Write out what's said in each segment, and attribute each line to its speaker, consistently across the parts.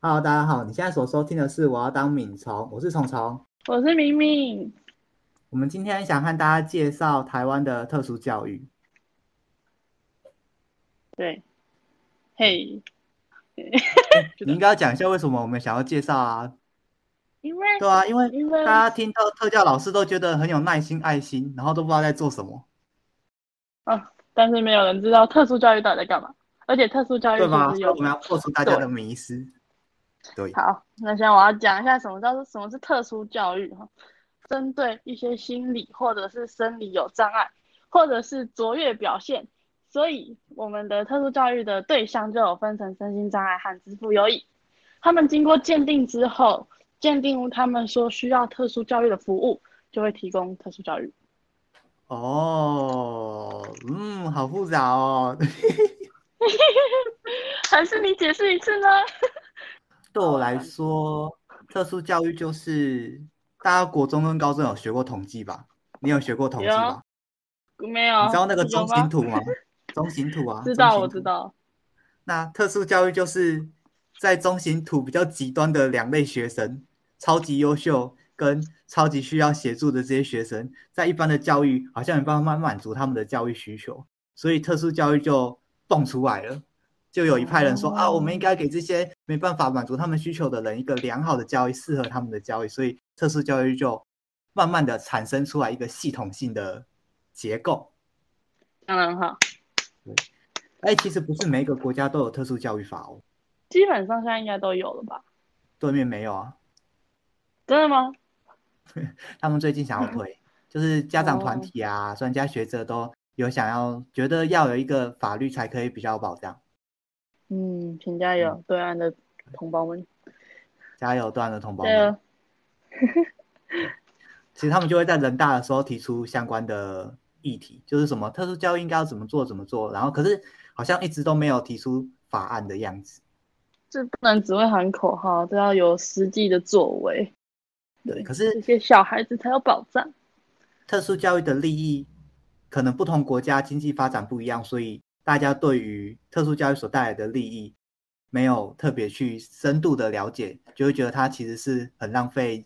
Speaker 1: Hello，大家好，你现在所收听的是《我要当敏虫》，我是虫虫。
Speaker 2: 我是明明，
Speaker 1: 我们今天想和大家介绍台湾的特殊教育。
Speaker 2: 对，嘿、是的
Speaker 1: 你应该要讲一下为什么我们想要介绍啊？
Speaker 2: 因为
Speaker 1: 对啊，因为
Speaker 2: 因
Speaker 1: 大
Speaker 2: 为
Speaker 1: 家听到特教老师都觉得很有耐心、爱心，然后都不知道在做什么，
Speaker 2: 啊，但是没有人知道特殊教育到底在干嘛，而且特殊教育
Speaker 1: 对吧？所
Speaker 2: 其实
Speaker 1: 以
Speaker 2: 哎有
Speaker 1: 我们要破除大家的迷思。对，
Speaker 2: 好，那现在我要讲一下什么叫做什么是特殊教育哈，针对一些心理或者是生理有障碍，或者是卓越表现，所以我们的特殊教育的对象就有分成身心障碍和支付优异，他们经过鉴定之后，鉴定他们说需要特殊教育的服务，就会提供特殊教育。
Speaker 1: 哦，嗯，好复杂哦。
Speaker 2: 还是你解释一次呢？
Speaker 1: 对我来说，特殊教育就是大家国中跟高中有学过统计吧？你有学过统计
Speaker 2: 有啊
Speaker 1: 吗？
Speaker 2: 没有，
Speaker 1: 你知道那个中
Speaker 2: 有
Speaker 1: 型
Speaker 2: 哦吗？
Speaker 1: 图吗？中型图啊，
Speaker 2: 知道，
Speaker 1: 中
Speaker 2: 我
Speaker 1: 型图
Speaker 2: 知。道。
Speaker 1: 那特殊教育就是在中型图比较极端的两类学生，超级优秀跟超级需要协助的这些学生，在一般的教育好像没办法满足他们的教育需求，所以特殊教育就蹦出来了。就有一派人说、啊，
Speaker 2: 哦
Speaker 1: 我们应该给这些没办法满足他们需求的人一个良好的教育，适合他们的教育，所以特殊教育就慢慢的产生出来一个系统性的结构。
Speaker 2: 当然嗯好，
Speaker 1: 哎，其实不是每一个国家都有特殊教育法哦，
Speaker 2: 基本上现在应该都有了吧？
Speaker 1: 对面没有啊。
Speaker 2: 真的吗？
Speaker 1: 他们最近想要推，就是家长团体啊、专家学者都有想要，觉得要有一个法律才可以比较有保障。
Speaker 2: 嗯，请加油，对岸的同胞们，
Speaker 1: 加油，断的同胞
Speaker 2: 加
Speaker 1: 们！
Speaker 2: 油！
Speaker 1: 其实他们就会在人大的时候提出相关的议题，就是什么特殊教育应该要怎么做怎么做，然后可是好像一直都没有提出法案的样子。
Speaker 2: 这不能只会喊口号，这要有实际的作为。对
Speaker 1: 可是
Speaker 2: 这些小孩子才有保障。
Speaker 1: 特殊教育的利益，可能不同国家经济发展不一样，所以大家对于特殊教育所带来的利益，没有特别去深度的了解，就会觉得它其实是很浪费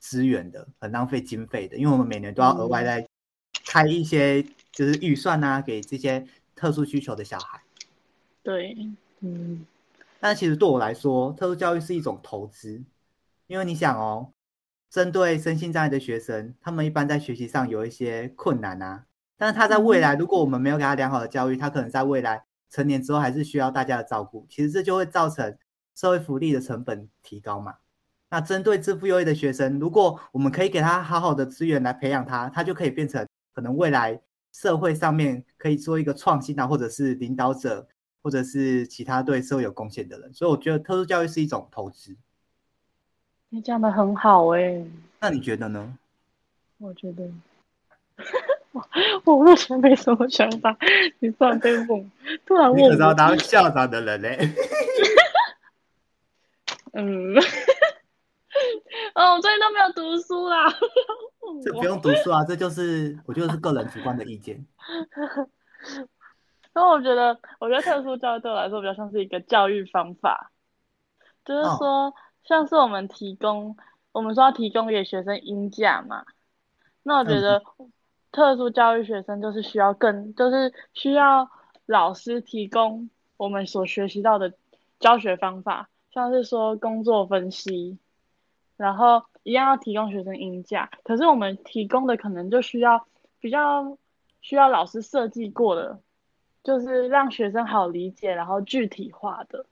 Speaker 1: 资源的，很浪费经费的，因为我们每年都要额外再开一些就是预算啊，给这些特殊需求的小孩。
Speaker 2: 对，嗯，
Speaker 1: 但其实对我来说，特殊教育是一种投资，因为你想哦，针对身心障碍的学生，他们一般在学习上有一些困难啊，但是他在未来，如果我们没有给他良好的教育，他可能在未来成年之后还是需要大家的照顾，其实这就会造成社会福利的成本提高嘛。那针对自负优异的学生，如果我们可以给他好好的资源来培养他，他就可以变成可能未来社会上面可以做一个创新啊，或者是领导者，或者是其他对社会有贡献的人。所以我觉得特殊教育是一种投资。
Speaker 2: 你讲的很好哎、
Speaker 1: 那你觉得呢？
Speaker 2: 我觉得。 我我 目前没什么想法，你突然被问，突然问
Speaker 1: 你
Speaker 2: 啊我，
Speaker 1: 可是要当校长的人嘞、
Speaker 2: 嗯， 哦，我最近都没有读书啦。
Speaker 1: 这不用读书啊，这就是我觉得是个人主观的意见。
Speaker 2: 然后我觉得，我觉得特殊教育对我来说比较像是一个教育方法，就是
Speaker 1: 哦
Speaker 2: 说，像是我们提供，我们说要提供给学生音价嘛，那我觉得特殊教育学生就是需要更，就是需要老师提供我们所学习到的教学方法，像是说工作分析，然后一样要提供学生音价，可是我们提供的可能就需要比较需要老师设计过的，就是让学生好理解，然后具体化的。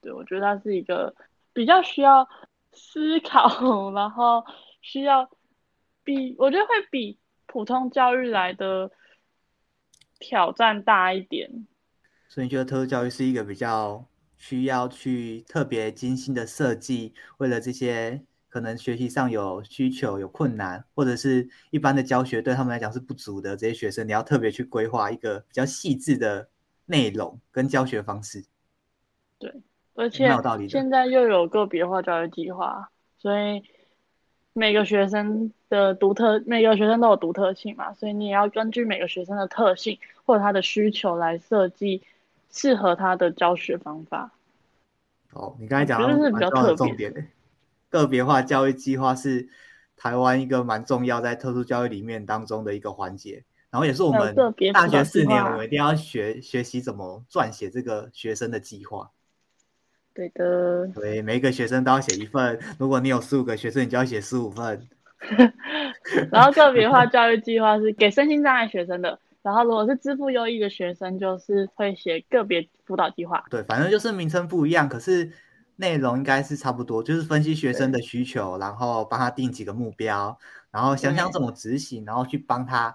Speaker 2: 对，我觉得它是一个比较需要思考， 然后需要比我觉得会比普通教育来的挑战大一点。
Speaker 1: 所以你觉得特殊教育是一个比较需要去特别精心的设计，为了这些可能学习上有需求、有困难，或者是一般的教学对他们来讲是不足的这些学生，你要特别去规划一个比较细致的内容跟教学方式。
Speaker 2: 而且
Speaker 1: 蛮有道理的
Speaker 2: 现在又有个别化教育计划，所以每个学生的独特，每个学生都有独特性嘛，所以你也要根据每个学生的特性或者他的需求来设计适合他的教学方法。
Speaker 1: 哦，你刚才讲到
Speaker 2: 我觉得是
Speaker 1: 蛮
Speaker 2: 比较
Speaker 1: 重要的
Speaker 2: 特别
Speaker 1: 重点欸，个别化教育计划是台湾一个蛮重要在特殊教育里面当中的一个环节，然后也是我
Speaker 2: 还有
Speaker 1: 们
Speaker 2: 个别
Speaker 1: 大
Speaker 2: 辅
Speaker 1: 学
Speaker 2: 导
Speaker 1: 四
Speaker 2: 计
Speaker 1: 年
Speaker 2: 划
Speaker 1: 我们一定要学学习怎么撰写这个学生的计划。
Speaker 2: 对的，
Speaker 1: 所以每一个学生都要写一份，如果你有十五个学生，你就要写十五份。
Speaker 2: 然后个别化教育计划是给身心障碍学生的，然后如果是支付优异的学生，就是会写个别辅导计划。
Speaker 1: 对，反正就是名称不一样，可是内容应该是差不多，就是分析学生的需求，然后帮他定几个目标，然后想想
Speaker 2: 对
Speaker 1: 怎么执行，然后去帮他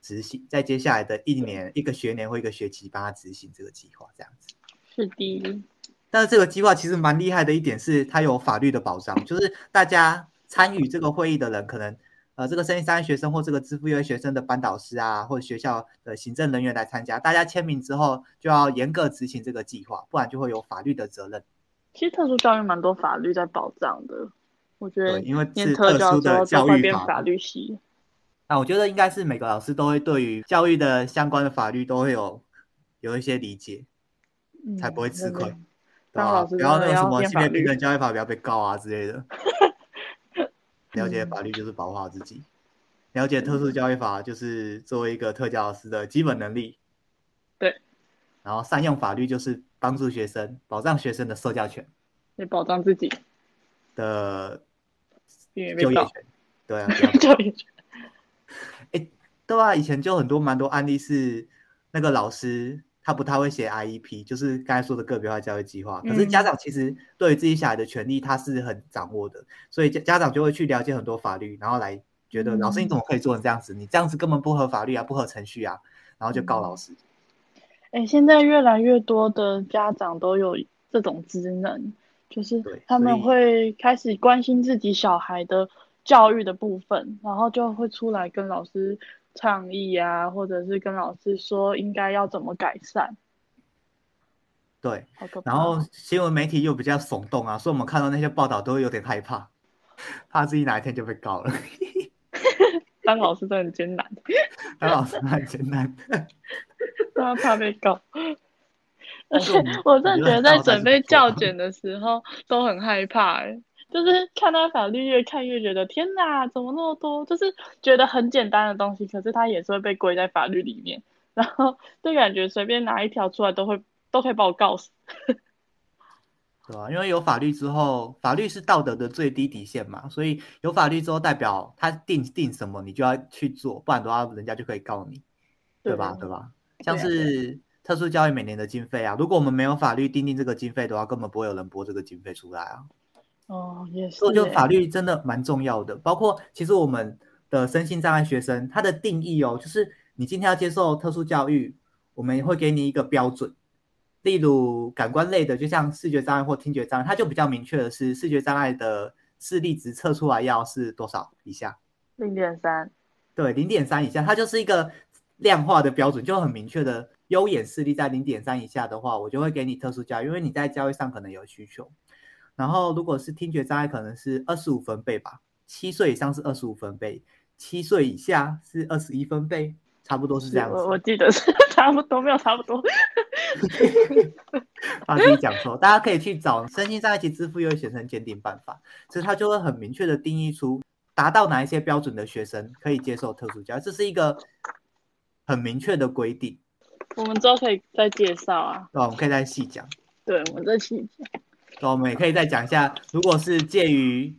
Speaker 1: 执行，在接下来的一年、一个学年或一个学期帮他执行这个计划这样子。
Speaker 2: 是的，
Speaker 1: 但是这个计划其实蛮厉害的一点是，它有法律的保障，就是大家参与这个会议的人，可能呃这个身心障碍学生或这个支付优学生的班导师啊，或者学校的行政人员来参加，大家签名之后就要严格执行这个计划，不然就会有法律的责任。
Speaker 2: 其实特殊教育蛮多法律在保障的，我觉
Speaker 1: 对，
Speaker 2: 得
Speaker 1: 因为
Speaker 2: 念
Speaker 1: 是
Speaker 2: 特
Speaker 1: 特
Speaker 2: 教
Speaker 1: 殊
Speaker 2: 之后
Speaker 1: 的
Speaker 2: 都
Speaker 1: 教
Speaker 2: 会
Speaker 1: 育
Speaker 2: 变
Speaker 1: 法。
Speaker 2: 法律系。
Speaker 1: 啊，我觉得应该是每个老师都会对于教育的相关的法律都会有有一些理解，
Speaker 2: 嗯
Speaker 1: 才不会吃亏
Speaker 2: 真的。
Speaker 1: 对
Speaker 2: 当
Speaker 1: 吧
Speaker 2: 老师
Speaker 1: 不要那
Speaker 2: 真的
Speaker 1: 种什
Speaker 2: 要
Speaker 1: 么
Speaker 2: 念
Speaker 1: 性别
Speaker 2: 法律
Speaker 1: 平等教育法不要被告啊之类 的。了
Speaker 2: 嗯
Speaker 1: 解法律就是保护好自己，了解特殊教育法就是作为一个特教老师的基本能力。
Speaker 2: 对，
Speaker 1: 然后善用法律就是帮助学生，保障学生的受教权
Speaker 2: 也保障自己，
Speaker 1: 的
Speaker 2: 避免被
Speaker 1: 就业
Speaker 2: 告。
Speaker 1: 权。对啊，不要
Speaker 2: 就业权
Speaker 1: 对啊，以前就很多蛮多案例是那个老师他不太会写 IEP，就是刚才说的个别化教育计划。可是家
Speaker 2: 嗯
Speaker 1: 长其实对于自己小孩的权利他是很掌握的，所以家家长就会去了解很多法律，然后来觉得老师你怎么
Speaker 2: 嗯
Speaker 1: 可以做成这样子？你这样子根本不合法律啊，不合程序啊，然后就告老师。
Speaker 2: 嗯哎，现在越来越多的家长都有这种职能，就是
Speaker 1: 对
Speaker 2: 他
Speaker 1: 所
Speaker 2: 们
Speaker 1: 以
Speaker 2: 会开始关心自己小孩的教育的部分，然后就会出来跟老师倡议啊，或者是跟老师说应该要怎么改善。
Speaker 1: 对，
Speaker 2: 好可怕
Speaker 1: 然后新闻媒体又比较耸动啊，所以我们看到那些报道都会有点害怕，怕自己哪一天就被告了。
Speaker 2: 当老师真的很艰难，
Speaker 1: 当老师很简单，
Speaker 2: 大家怕被告。而且
Speaker 1: 但是
Speaker 2: 我真的觉得在准备
Speaker 1: 我
Speaker 2: 教。
Speaker 1: 们我觉得当老师还是不错
Speaker 2: 卷的时候都很害怕、欸，就是看到法律越看越觉得天哪，怎么那么多？就是觉得很简单的东西，可是它也是会被归在法律里面，然后 就感觉随便拿一条出来都会都可以把我告死。
Speaker 1: 对啊，因为有法律之后，法律是道德的最低底线嘛，所以有法律之后，代表他定定什么，你就要去做，不然的话，人家就可以告你，对吧？对吧？像
Speaker 2: 对啊
Speaker 1: 是特殊教育每年的经费啊，如果我们没有法律定定这个经费的话，根本不会有人拨这个经费出来啊。
Speaker 2: 哦，也是、
Speaker 1: 所以我觉得
Speaker 2: 欸
Speaker 1: 法律真的蛮重要的，包括其实我们的身心障碍学生，他的定义哦，就是你今天要接受特殊教育，我们会给你一个标准，例如感官类的，就像视觉障碍或听觉障碍，它就比较明确的是，视觉障碍的视力值测出来要是多少以下，
Speaker 2: 零点三，
Speaker 1: 对，零点三以下，它就是一个量化的标准，就很明确的。优眼视力在零点三以下的话，我就会给你特殊教育，因为你在教育上可能有需求。然后如果是听觉障碍，可能是二十五分贝吧，七岁以上是二十五分贝，七岁以下是二十一分贝，差不多是这样子。啊
Speaker 2: 我我记得是 差不多，没有差不多。
Speaker 1: 怕自己讲错，大家可以去找身心障碍及支付优异学生鉴定办法，其实它就会很明确的定义出达到哪一些标准的学生可以接受特殊教育，这是一个很明确的规定，
Speaker 2: 我们之后可以再介绍啊，
Speaker 1: 对吧？我们可以再细讲，
Speaker 2: 对，我们这期
Speaker 1: 对吧？我们也可以再讲一下，如果是介于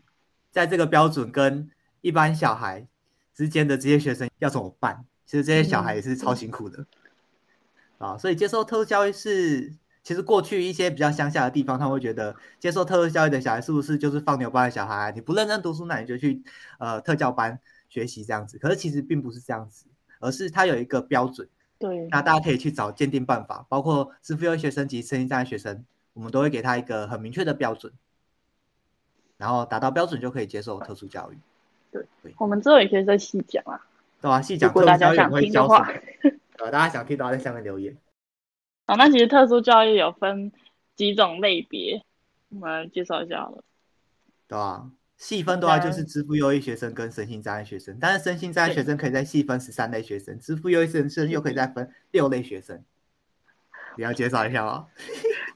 Speaker 1: 在这个标准跟一般小孩之间的这些学生要怎么办？其实这些小孩也是超辛苦的。啊，所以接受特殊教育是，其实过去一些比较乡下的地方，他们会觉得接受特殊教育的小孩是不是就是放牛班的小孩？啊你不认真读书，那你就去呃特教班学习这样子。可是其实并不是这样子，而是它有一个标准，
Speaker 2: 对
Speaker 1: 那大家可以去找鉴定办法，包括自费优学生及身心障碍学生，我们都会给他一个很明确的标准，然后达到标准就可以接受特殊教育，
Speaker 2: 我们之后也可以再细讲啊。
Speaker 1: 对吧、细
Speaker 2: 如
Speaker 1: 讲特
Speaker 2: 果
Speaker 1: 殊
Speaker 2: 大
Speaker 1: 教育
Speaker 2: 家
Speaker 1: 我
Speaker 2: 想
Speaker 1: 们会
Speaker 2: 听的
Speaker 1: 教什
Speaker 2: 话
Speaker 1: 么，？ 呃，大家想听的话在下面留言。
Speaker 2: 好，哦那其实特殊教育有分几种类别，我们来介绍一下好了。
Speaker 1: 对啊，细分的话
Speaker 2: 对
Speaker 1: 就
Speaker 2: 啊
Speaker 1: 是支付优异学生跟身心障碍学生，但是身心障碍
Speaker 2: 对
Speaker 1: 学生可以再细分十三类学生，支付优异学生又可以再分六类学生。你要介绍一下吗？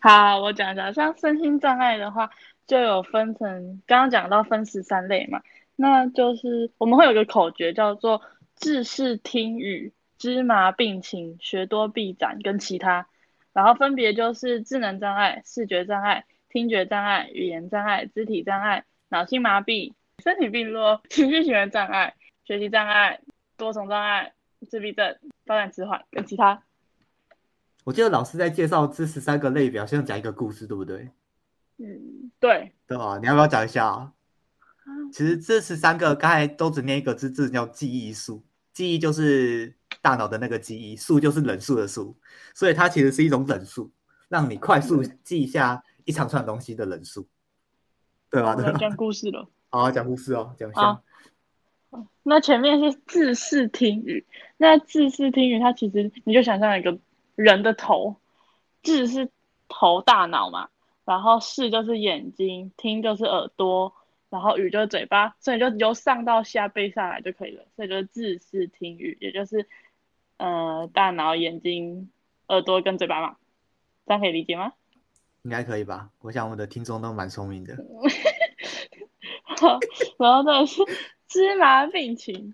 Speaker 2: 好，我讲一下，像身心障碍的话，就有分成，刚刚讲到分十三类嘛，那就是我们会有个口诀叫做“治视听语”。芝麻病情、学多必展跟其他，然后分别就是智能障碍、视觉障碍、听觉障碍、语言障碍、肢体障碍、脑性麻痹、身体病弱、情绪行为障碍、学习障碍、多重障碍、自闭症、发展迟缓跟其他。
Speaker 1: 我记得老师在介绍这十三个类表，先讲一个故事，对不对？
Speaker 2: 嗯，对。
Speaker 1: 对啊，你要不要讲一下、啊？其实这十三个刚才都只念一个字，字叫记忆术。记忆就是大脑的那个记忆，数就是冷数的数，所以它其实是一种冷数，让你快速记下一长串东西的冷数，对吧？对吧？
Speaker 2: 讲故事了。
Speaker 1: 好、啊，讲故事哦，讲一下。
Speaker 2: 那前面是自视听语，那自视听语它其实你就想象一个人的头，自是头大脑嘛，然后视就是眼睛，听就是耳朵。然后语就是嘴巴，所以就由上到下背下来就可以了。所以就是字视听语，也就是呃大脑、眼睛、耳朵跟嘴巴嘛，这样可以理解吗？
Speaker 1: 应该可以吧？我想我的听众都蛮聪明的。
Speaker 2: 好， 然后再是 芝麻病情，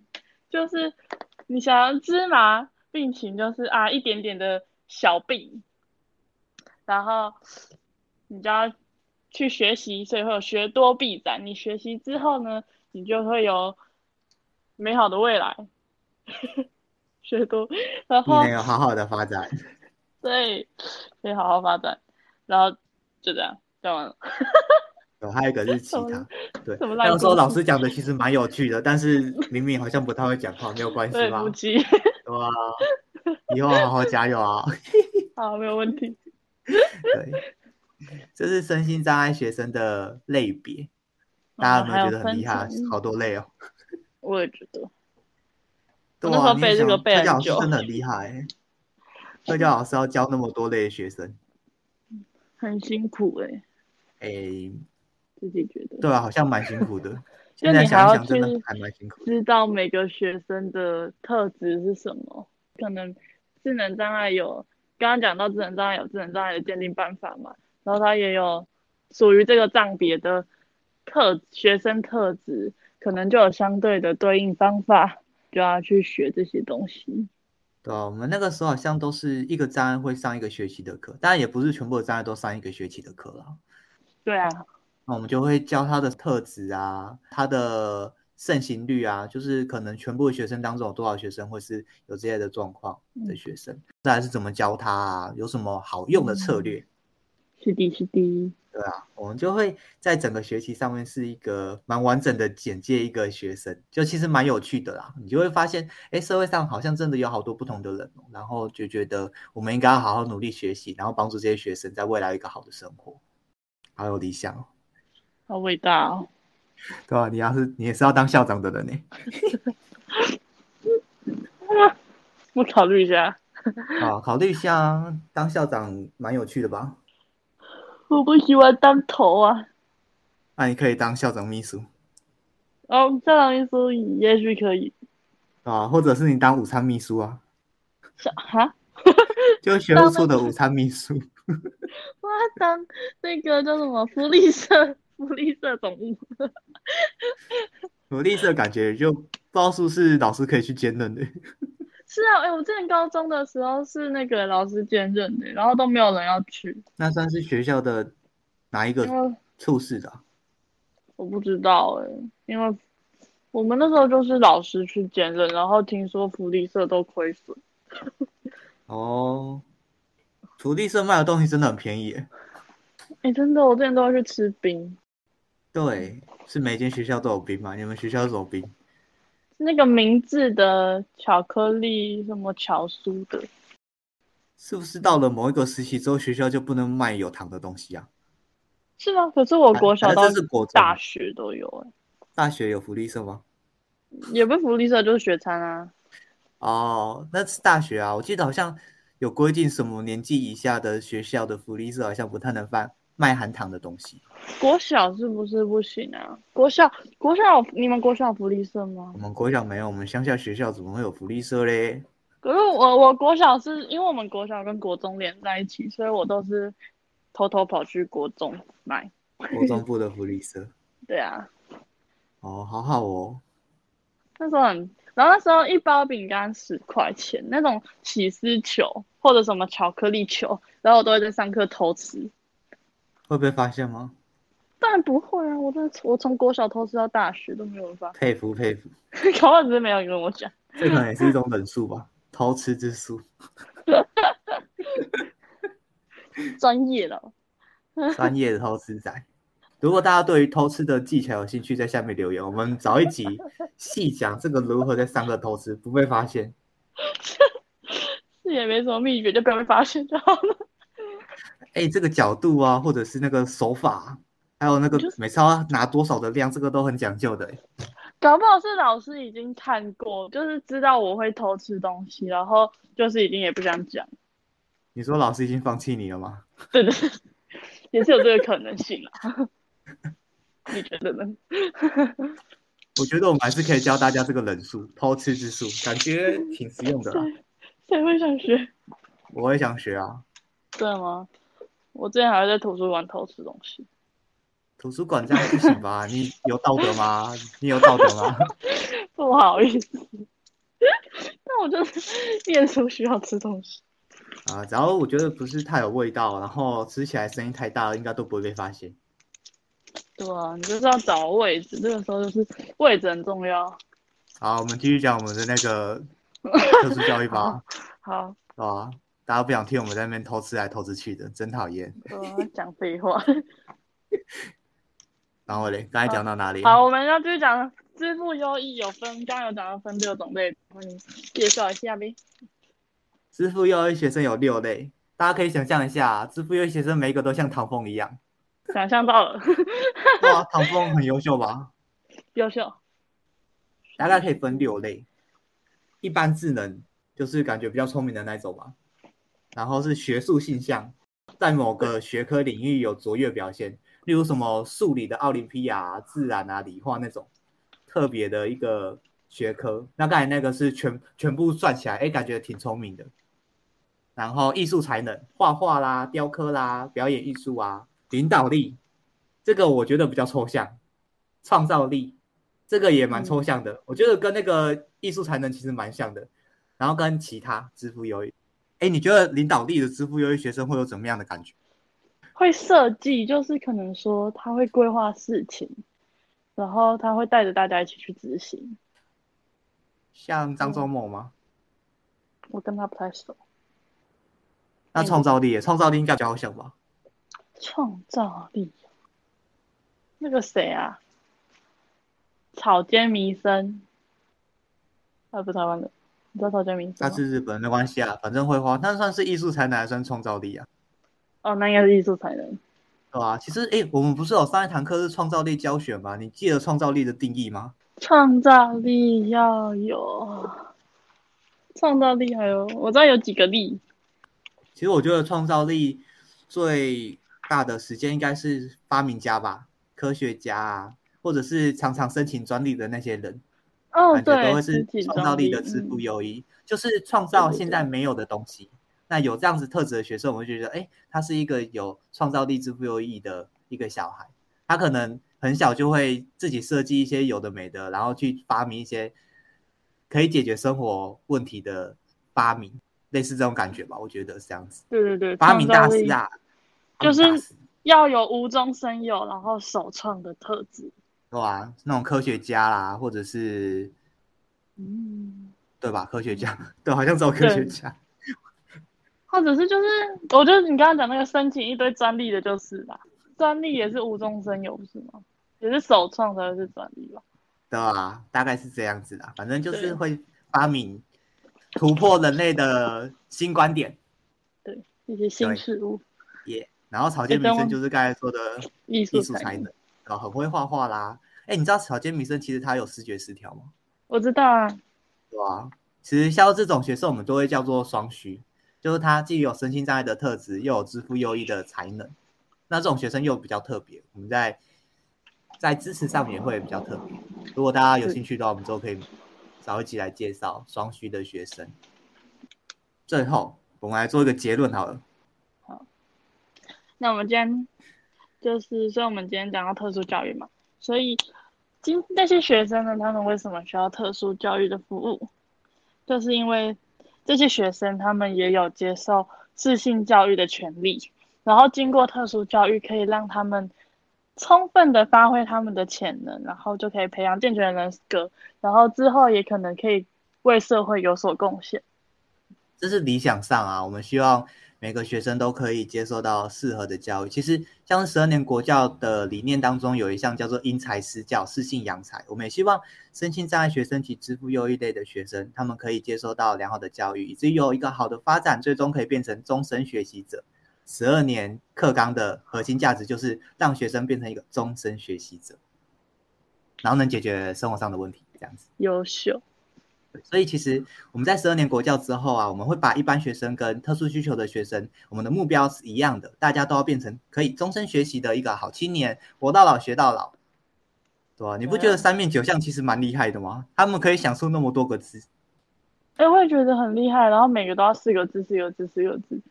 Speaker 2: 就是你想要芝麻病情，就是啊一点点的小病，然后你就要。去学习，所以会有学多必展。你学习之后呢，你就会有美好的未来。 学多，然后
Speaker 1: 你能有好好的发展。
Speaker 2: 对，可以好好发展。然后就这样，讲完了。
Speaker 1: 有哦、还有一个是其他，对。那时候老师讲的其实蛮有趣的，但是明明好像不太会讲话，没有关系吧？
Speaker 2: 对不急。
Speaker 1: 对啊，以后好好加油啊！
Speaker 2: 好，没有问题。
Speaker 1: 对。这是身心障碍学生的类别，大家有没有觉得很厉害？啊、好多类哦。
Speaker 2: 我也觉得。
Speaker 1: 对
Speaker 2: 啊，你
Speaker 1: 想，
Speaker 2: 特
Speaker 1: 教老师真的很厉害、欸，特教老师要教那么多类的学生，
Speaker 2: 很辛苦哎、欸。
Speaker 1: 哎、欸，
Speaker 2: 自己觉得。
Speaker 1: 对啊，好像蛮辛 苦的。
Speaker 2: 就
Speaker 1: 你
Speaker 2: 还要
Speaker 1: 去还蛮辛苦，
Speaker 2: 知道每个学生的特质是什么？可能智能障碍有，刚刚讲到智能障碍有智能障碍的鉴定办法嘛。然后他也有属于这个障别的特学生特质，可能就有相对的对应方法，就要去学这些东西。
Speaker 1: 对啊，我们那个时候好像都是一个障碍会上一个学期的课，当然也不是全部的障碍都上一个学期的课啦。
Speaker 2: 对啊，
Speaker 1: 那我们就会教他的特质啊，他的盛行率啊，就是可能全部的学生当中有多少学生会是有这些的状况的学生，嗯、再来是怎么教他啊，有什么好用的策略。嗯
Speaker 2: 是的，是的，
Speaker 1: 对啊，我们就会在整个学期上面是一个蛮完整的简介一个学生，就其实蛮有趣的啦。你就会发现，哎，社会上好像真的有好多不同的人、哦，然后就觉得我们应该要好好努力学习，然后帮助这些学生在未来一个好的生活，好有理想哦，
Speaker 2: 好伟大哦，
Speaker 1: 对啊，你要是你也是要当校长的人呢，
Speaker 2: 我考虑一下，
Speaker 1: 啊，考虑一下当校长蛮有趣的吧。
Speaker 2: 我不喜欢当头啊，
Speaker 1: 那、啊、你可以当校长秘书。
Speaker 2: 哦，校长秘书也许可以。
Speaker 1: 啊，或者是你当午餐秘书啊。
Speaker 2: 是哈？
Speaker 1: 就学务处的午餐秘书。
Speaker 2: 我要当那个叫什么福利社福利社总务。
Speaker 1: 福利社感觉就道数是老师可以去兼任的。
Speaker 2: 是啊，哎、欸，我之前高中的时候是那个老师兼任的，然后都没有人要去。
Speaker 1: 那算是学校的哪一个处室的、啊？
Speaker 2: 我不知道哎、欸，因为我们那时候就是老师去兼任，然后听说福利社都亏损。
Speaker 1: 哦，福利社卖的东西真的很便宜、欸。
Speaker 2: 哎，真的，我之前都要去吃冰。
Speaker 1: 对，是每间学校都有冰嘛？你们学校有冰？
Speaker 2: 那个明治的巧克力什么巧酥的，
Speaker 1: 是不是到了某一个时期之后，学校就不能卖有糖的东西啊？
Speaker 2: 是吗？可是我哦国小到
Speaker 1: 是国
Speaker 2: 大学都有哎、欸。
Speaker 1: 大学有福利社吗？
Speaker 2: 也不是福利社，就是学餐啊。
Speaker 1: 哦，那是大学啊。我记得好像有规定，什么年纪以下的学校的福利社好像不太能贩卖含糖的东西。
Speaker 2: 国小是不是不行啊？国小国小，你们国小福利社吗？
Speaker 1: 我们国小没有，我们乡下学校怎么会有福利社嘞？
Speaker 2: 可是我我国小是因为我们国小跟国中连在一起，所以我都是偷偷跑去国中买。
Speaker 1: 国中部的福利社。
Speaker 2: 对啊，
Speaker 1: 哦，好好哦，
Speaker 2: 那时候很，然后那时候一包饼干十块钱，那种起司球或者什么巧克力球，然后我都会在上课偷吃。
Speaker 1: 会被发现吗？
Speaker 2: 当然不会啊，我真的我从国小偷吃到大学都没有人 发
Speaker 1: 佩服佩服，
Speaker 2: 现，可能只是没有人跟我讲。
Speaker 1: 这可能也是一种忍术吧，偷吃之术。
Speaker 2: 专业了，
Speaker 1: 专业的偷吃仔。如果大家对于偷吃的技巧有兴趣，在下面留言，我们找一集细讲这个如何在上课偷吃不被发现。
Speaker 2: 是也没什么秘诀，就不要被发现就好了。
Speaker 1: 哎，这个角度啊，或者是那个手法啊，还有那个
Speaker 2: 就是
Speaker 1: 每次要拿多少的量，这个都很讲究的欸。
Speaker 2: 搞不好是老师已经看过，就是知道我会偷吃东西，然后就是已经也不想讲，
Speaker 1: 你说老师已经放弃你了吗？
Speaker 2: 对对，对也是有这个可能性啊。 你觉得呢？
Speaker 1: 我觉得我们还是可以教大家这个忍术，偷吃之术，感觉挺实用的啦。
Speaker 2: 谁会想学？
Speaker 1: 我也想学啊。
Speaker 2: 真的吗？我之前还会在图书馆偷吃东西，
Speaker 1: 图书馆这样不行吧？你有道德吗？你有道德吗？
Speaker 2: 不好意思。但我就是 念书需要吃东西，
Speaker 1: 啊，只要我觉得不是太有味道，然后吃起来声音太大了，应该都不会被发现。
Speaker 2: 对啊，你就是要找位置，这个时候就是位置很重要。
Speaker 1: 好，我们继续讲我们的那个特殊教育吧，
Speaker 2: 好，
Speaker 1: 是吧？大家不想听我们在那边偷吃来偷吃去的，真讨厌。
Speaker 2: 我要讲废话。
Speaker 1: 然后嘞，刚才讲到哪里？
Speaker 2: 好，我们要继续讲支付优异有分，刚刚有讲到分六种类，然后你介绍一下呗。
Speaker 1: 支付幼儿学生有六类，大家可以想象一下，支付幼儿学生每一个都像唐凤一样，
Speaker 2: 想象到了，
Speaker 1: 哇，唐凤很优秀吧？
Speaker 2: 优秀，
Speaker 1: 大概可以分六类，一般智能就是感觉比较聪明的那种吧，然后是学术性向，在某个学科领域有卓越表现，例如什么数理的奥林匹亚啊、自然啊、理化那种特别的一个学科。那刚才那个是全全部算起来，哎，感觉挺聪明的。然后艺术才能，画画啦、雕刻啦、表演艺术啊，领导力，这个我觉得比较抽象，创造力，这个也蛮抽象的，我觉得跟那个艺术才能其实蛮像的，然后跟其他支付优异，哎，你觉得领导力的支付优异学生会有怎么样的感觉？
Speaker 2: 会设计，就是可能说他会规划事情，然后他会带着大家一起去执行。
Speaker 1: 像张忠谋吗？
Speaker 2: 我跟他不太熟，
Speaker 1: 那创造力耶，创造力应该比较像吧？
Speaker 2: 创造力，那个谁啊，草间弥生，啊，不是台湾的，你知道草间弥生
Speaker 1: 那
Speaker 2: 吗？
Speaker 1: 是日本没关系啊，反正绘画，那算是艺术才能，还算创造力啊，
Speaker 2: 哦，那应该是艺术才能。
Speaker 1: 对吧、其实，哎，我们不是有上一堂课是创造力教学吗？你记得创造力的定义吗？
Speaker 2: 创造力要有，创造力还有，我知道有几个力，
Speaker 1: 其实我觉得创造力最大的时间应该是发明家吧，科学家啊，或者是常常申请专利的那些人，
Speaker 2: 哦，
Speaker 1: 感觉都
Speaker 2: 对，
Speaker 1: 会
Speaker 2: 十
Speaker 1: 是
Speaker 2: 几
Speaker 1: 创造
Speaker 2: 种
Speaker 1: 力的致
Speaker 2: 嗯
Speaker 1: 富优异，就是创造现在没有的东西。那有这样子特质的学生，我会觉得，哎，他是一个有创造力、致富优异的一个小孩。他可能很小就会自己设计一些有的没的，然后去发明一些可以解决生活问题的发明，类似这种感觉吧。我觉得是这样子。
Speaker 2: 对对对，
Speaker 1: 发明大
Speaker 2: 创造
Speaker 1: 师
Speaker 2: 力
Speaker 1: 啊，
Speaker 2: 就是
Speaker 1: 发明大师
Speaker 2: 要有无中生有，然后首创的特质。
Speaker 1: 对吧、那种科学家啦，或者是
Speaker 2: 嗯，
Speaker 1: 对吧？科学家 对，好像只有科学家。
Speaker 2: 或者是就是，我觉得你刚刚讲那个申请一堆专利的，就是啦，专利也是无中生有，不是吗？也是首创才会是专利吧？
Speaker 1: 对啊，大概是这样子的，反正就是
Speaker 2: 对
Speaker 1: 会发明突破人类的新观点
Speaker 2: 对，一些新
Speaker 1: 对
Speaker 2: 事物，
Speaker 1: 耶。然后草间弥
Speaker 2: 哎等
Speaker 1: 生
Speaker 2: 我
Speaker 1: 就是刚才说的
Speaker 2: 艺
Speaker 1: 艺
Speaker 2: 术
Speaker 1: 术才
Speaker 2: 才能。
Speaker 1: 能，然后很会画画啦。哎，你知道草间弥生其实他有视觉失调吗？
Speaker 2: 我知道啊，
Speaker 1: 对啊，其实像这种学生我们都会叫做双虚，就是他既有身心障碍的特质，又有支付优异的才能。那这种学生又比较特别，我们在在支持上面也会比较特别。如果大家有兴趣的话，我们之后可以找一集来介绍双虚的学生。最后我们来做一个结论好了。
Speaker 2: 那我们今天就是，所以我们今天讲到特殊教育嘛，所以今那些学生呢，他们为什么需要特殊教育的服务？就是因为这些学生他们也有接受自性教育的权利，然后经过特殊教育，可以让他们充分的发挥他们的潜能，然后就可以培养健全的人格，然后之后也可能可以为社会有所贡献。
Speaker 1: 这是理想上啊，我们希望每个学生都可以接受到适合的教育。其实，像是十二年国教的理念当中，有一项叫做因材施教，适性扬才。我们也希望身心障碍学生及支付优异类的学生，他们可以接受到良好的教育，以至于有一个好的发展，最终可以变成终身学习者。十二年课纲的核心价值就是让学生变成一个终身学习者，然后能解决生活上的问题，这样子。
Speaker 2: 优秀，
Speaker 1: 所以其实我们在十二年国教之后啊，我们会把一般学生跟特殊需求的学生，我们的目标是一样的，大家都要变成可以终身学习的一个好青年，活到老学到老，对吧、你不觉得
Speaker 2: 对啊
Speaker 1: 三面九项其实蛮厉害的吗？他们可以想出那么多个字，
Speaker 2: 哎，我也觉得很厉害，然后每个都要四个字、四个字、四个字，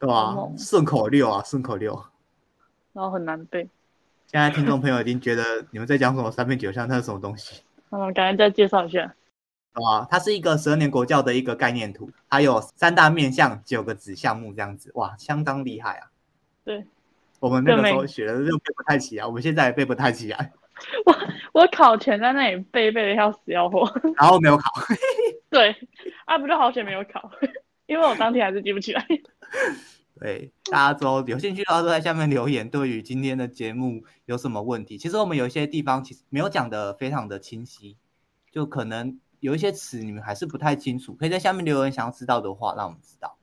Speaker 1: 对吧、
Speaker 2: 好猛
Speaker 1: 顺口溜啊，顺口溜。
Speaker 2: 然后很难背。
Speaker 1: 现在听众朋友已经觉得你们在讲什么三面九项，那是什么东西？
Speaker 2: 嗯，赶快再介绍一下。
Speaker 1: 啊，它是一个十二年国教的一个概念图，它有三大面向，九个子项目这样子，哇，相当厉害啊！
Speaker 2: 对，
Speaker 1: 我们那个
Speaker 2: 对
Speaker 1: 时候
Speaker 2: 没
Speaker 1: 学的就背不太起来，我们现在也背不太起来，
Speaker 2: 我考前在那里背背的要死要活，
Speaker 1: 然后没有考，
Speaker 2: 对，啊，不就好险没有考， 因为我当天还是记不起来。
Speaker 1: 对，大家都有兴趣的话都在下面留言，对于今天的节目有什么问题？其实我们有一些地方其实没有讲的非常的清晰，就可能有一些词你们还是不太清楚，可以在下面留言想要知道的话，让我们知道。